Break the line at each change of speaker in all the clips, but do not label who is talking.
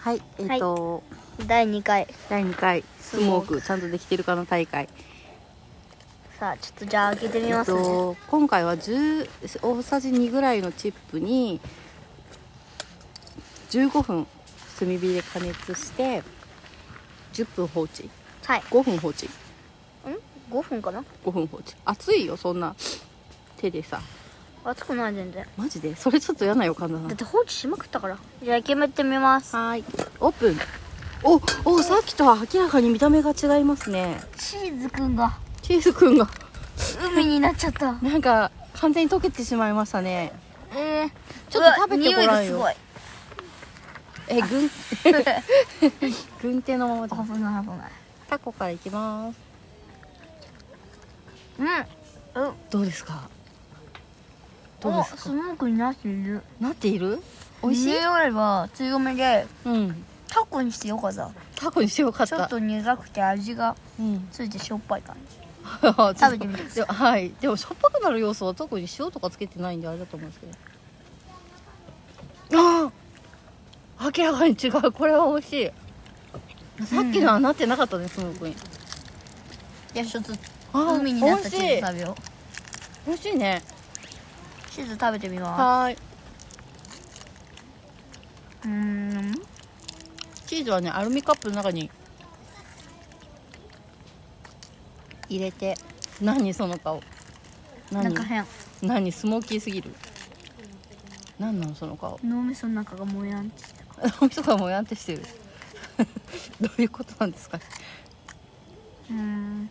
はい、えっ、と、
第2回
第2回スモークちゃんとできてるかの大会。
さあちょっとじゃあ開けてみ
え
ま
っ
すね、
と今回は10大さじ2ぐらいのチップに15分炭火で加熱して10分放置、
はい
5分放置、
ん5分かな
5分放置。熱いよそんな手でさ。
熱くない全然
マジでそれちょっと嫌な予感だな
だっ。て放置しまくったからじゃあ決めてみます
はーい、オープン。おおさっきとは明らかに見た目が違いますね。
チーズくんが
チーズくんが
海になっち ゃった
なんか完全に溶けてしまいましたね。
えー、
ちょっと食べてごらんよ
うわ
え、軍、
匂いがす
軍手のままだ
ごい。危ない危ない
タコからいきます。
うんうん
どうですか。どう
お
です
ス
か。
モークになっている
なっている。美味しい。
匂いは強めで
うん。
タコにしてよかった
タコにしようかっ
ちょ
た。
っと苦くて味が
うん。
ついてしょっぱい感じ
食
べてみてください
はい。でもしょっぱくなる要素は特に塩とかつけてないんであれだと思うんですけど。ああ、明らかに違う。これは美味しい。さっきのはなってなかったです、スモークに。
いやちょっと
あ
海になったチーズ
美味しい
食べよ
美味しいね。
うチーズ食べてみま
はーい。
すうーん
チーズはねアルミカップの中に入れて何その顔
な
何
んか変
何スモーキーすぎる何なのその顔
脳みその中がもやんちした
お味噌がもやんってしてる どういうことなんですかち
うーん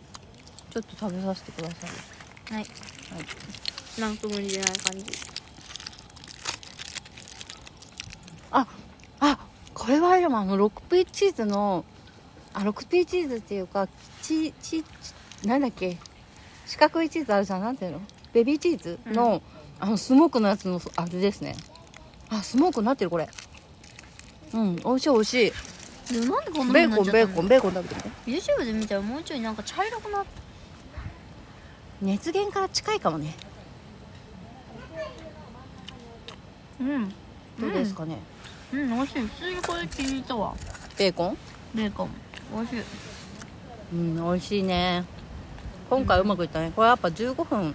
ょっと食べさせてください
はい
はい
なんとも言えない感じ
ああこれはでもあの 6P チーズのあ 6P チーズっていうかチチチなんだっけ四角いチーズあるじゃんなんていうのベビーチーズの、あのスモークのやつのあれですねあスモークになってるこれうん美味しい美味しい
でもなんでこんな
ベ
に
ー
な
コ
っ
ン
ちゃ
ベー
ったの
コンベーコン食べてみて
YouTube で見たらもうちょいなんか茶色くなった
熱源から近いかもね
うん
どうですかね、
うん美味しい普通にこれ気に入ったわ
ベーコン
ベーコン美味しい
うん美味しいね今回うまくいったねこれやっぱ15分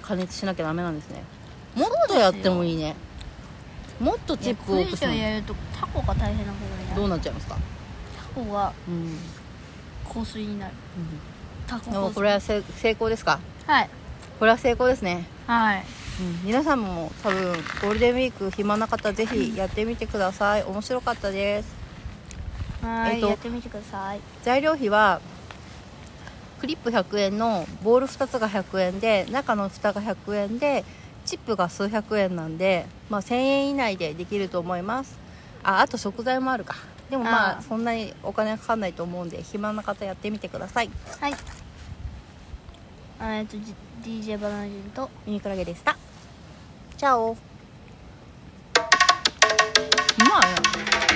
加熱しなきゃダメなんですねもっとやってもいいねもっとチップを
いや
落
ク
とす
イズを
の
やるとタコが大変なことにな
ど
る
うなっちゃいますか
タコが
うん、
香水になるタコ
でもこ
香水
れはせ成功ですか
はい
これは成功ですね、
はい
うん、皆さんも多分ゴールデンウィーク暇な方ぜひやってみてください面白かったです
はい、
えっと
やってみてください
材料費はクリップ100円のボール2つが100円で中の蓋が100円でチップが数百円なんで、まあ、1000円以内でできると思いますああと食材もあるかでもまあ
あー
そんなにお金かかんないと思うんで暇な方やってみてください
はいえっと D- DJ バナナ人と
ミニクラゲでしたチャオうまいな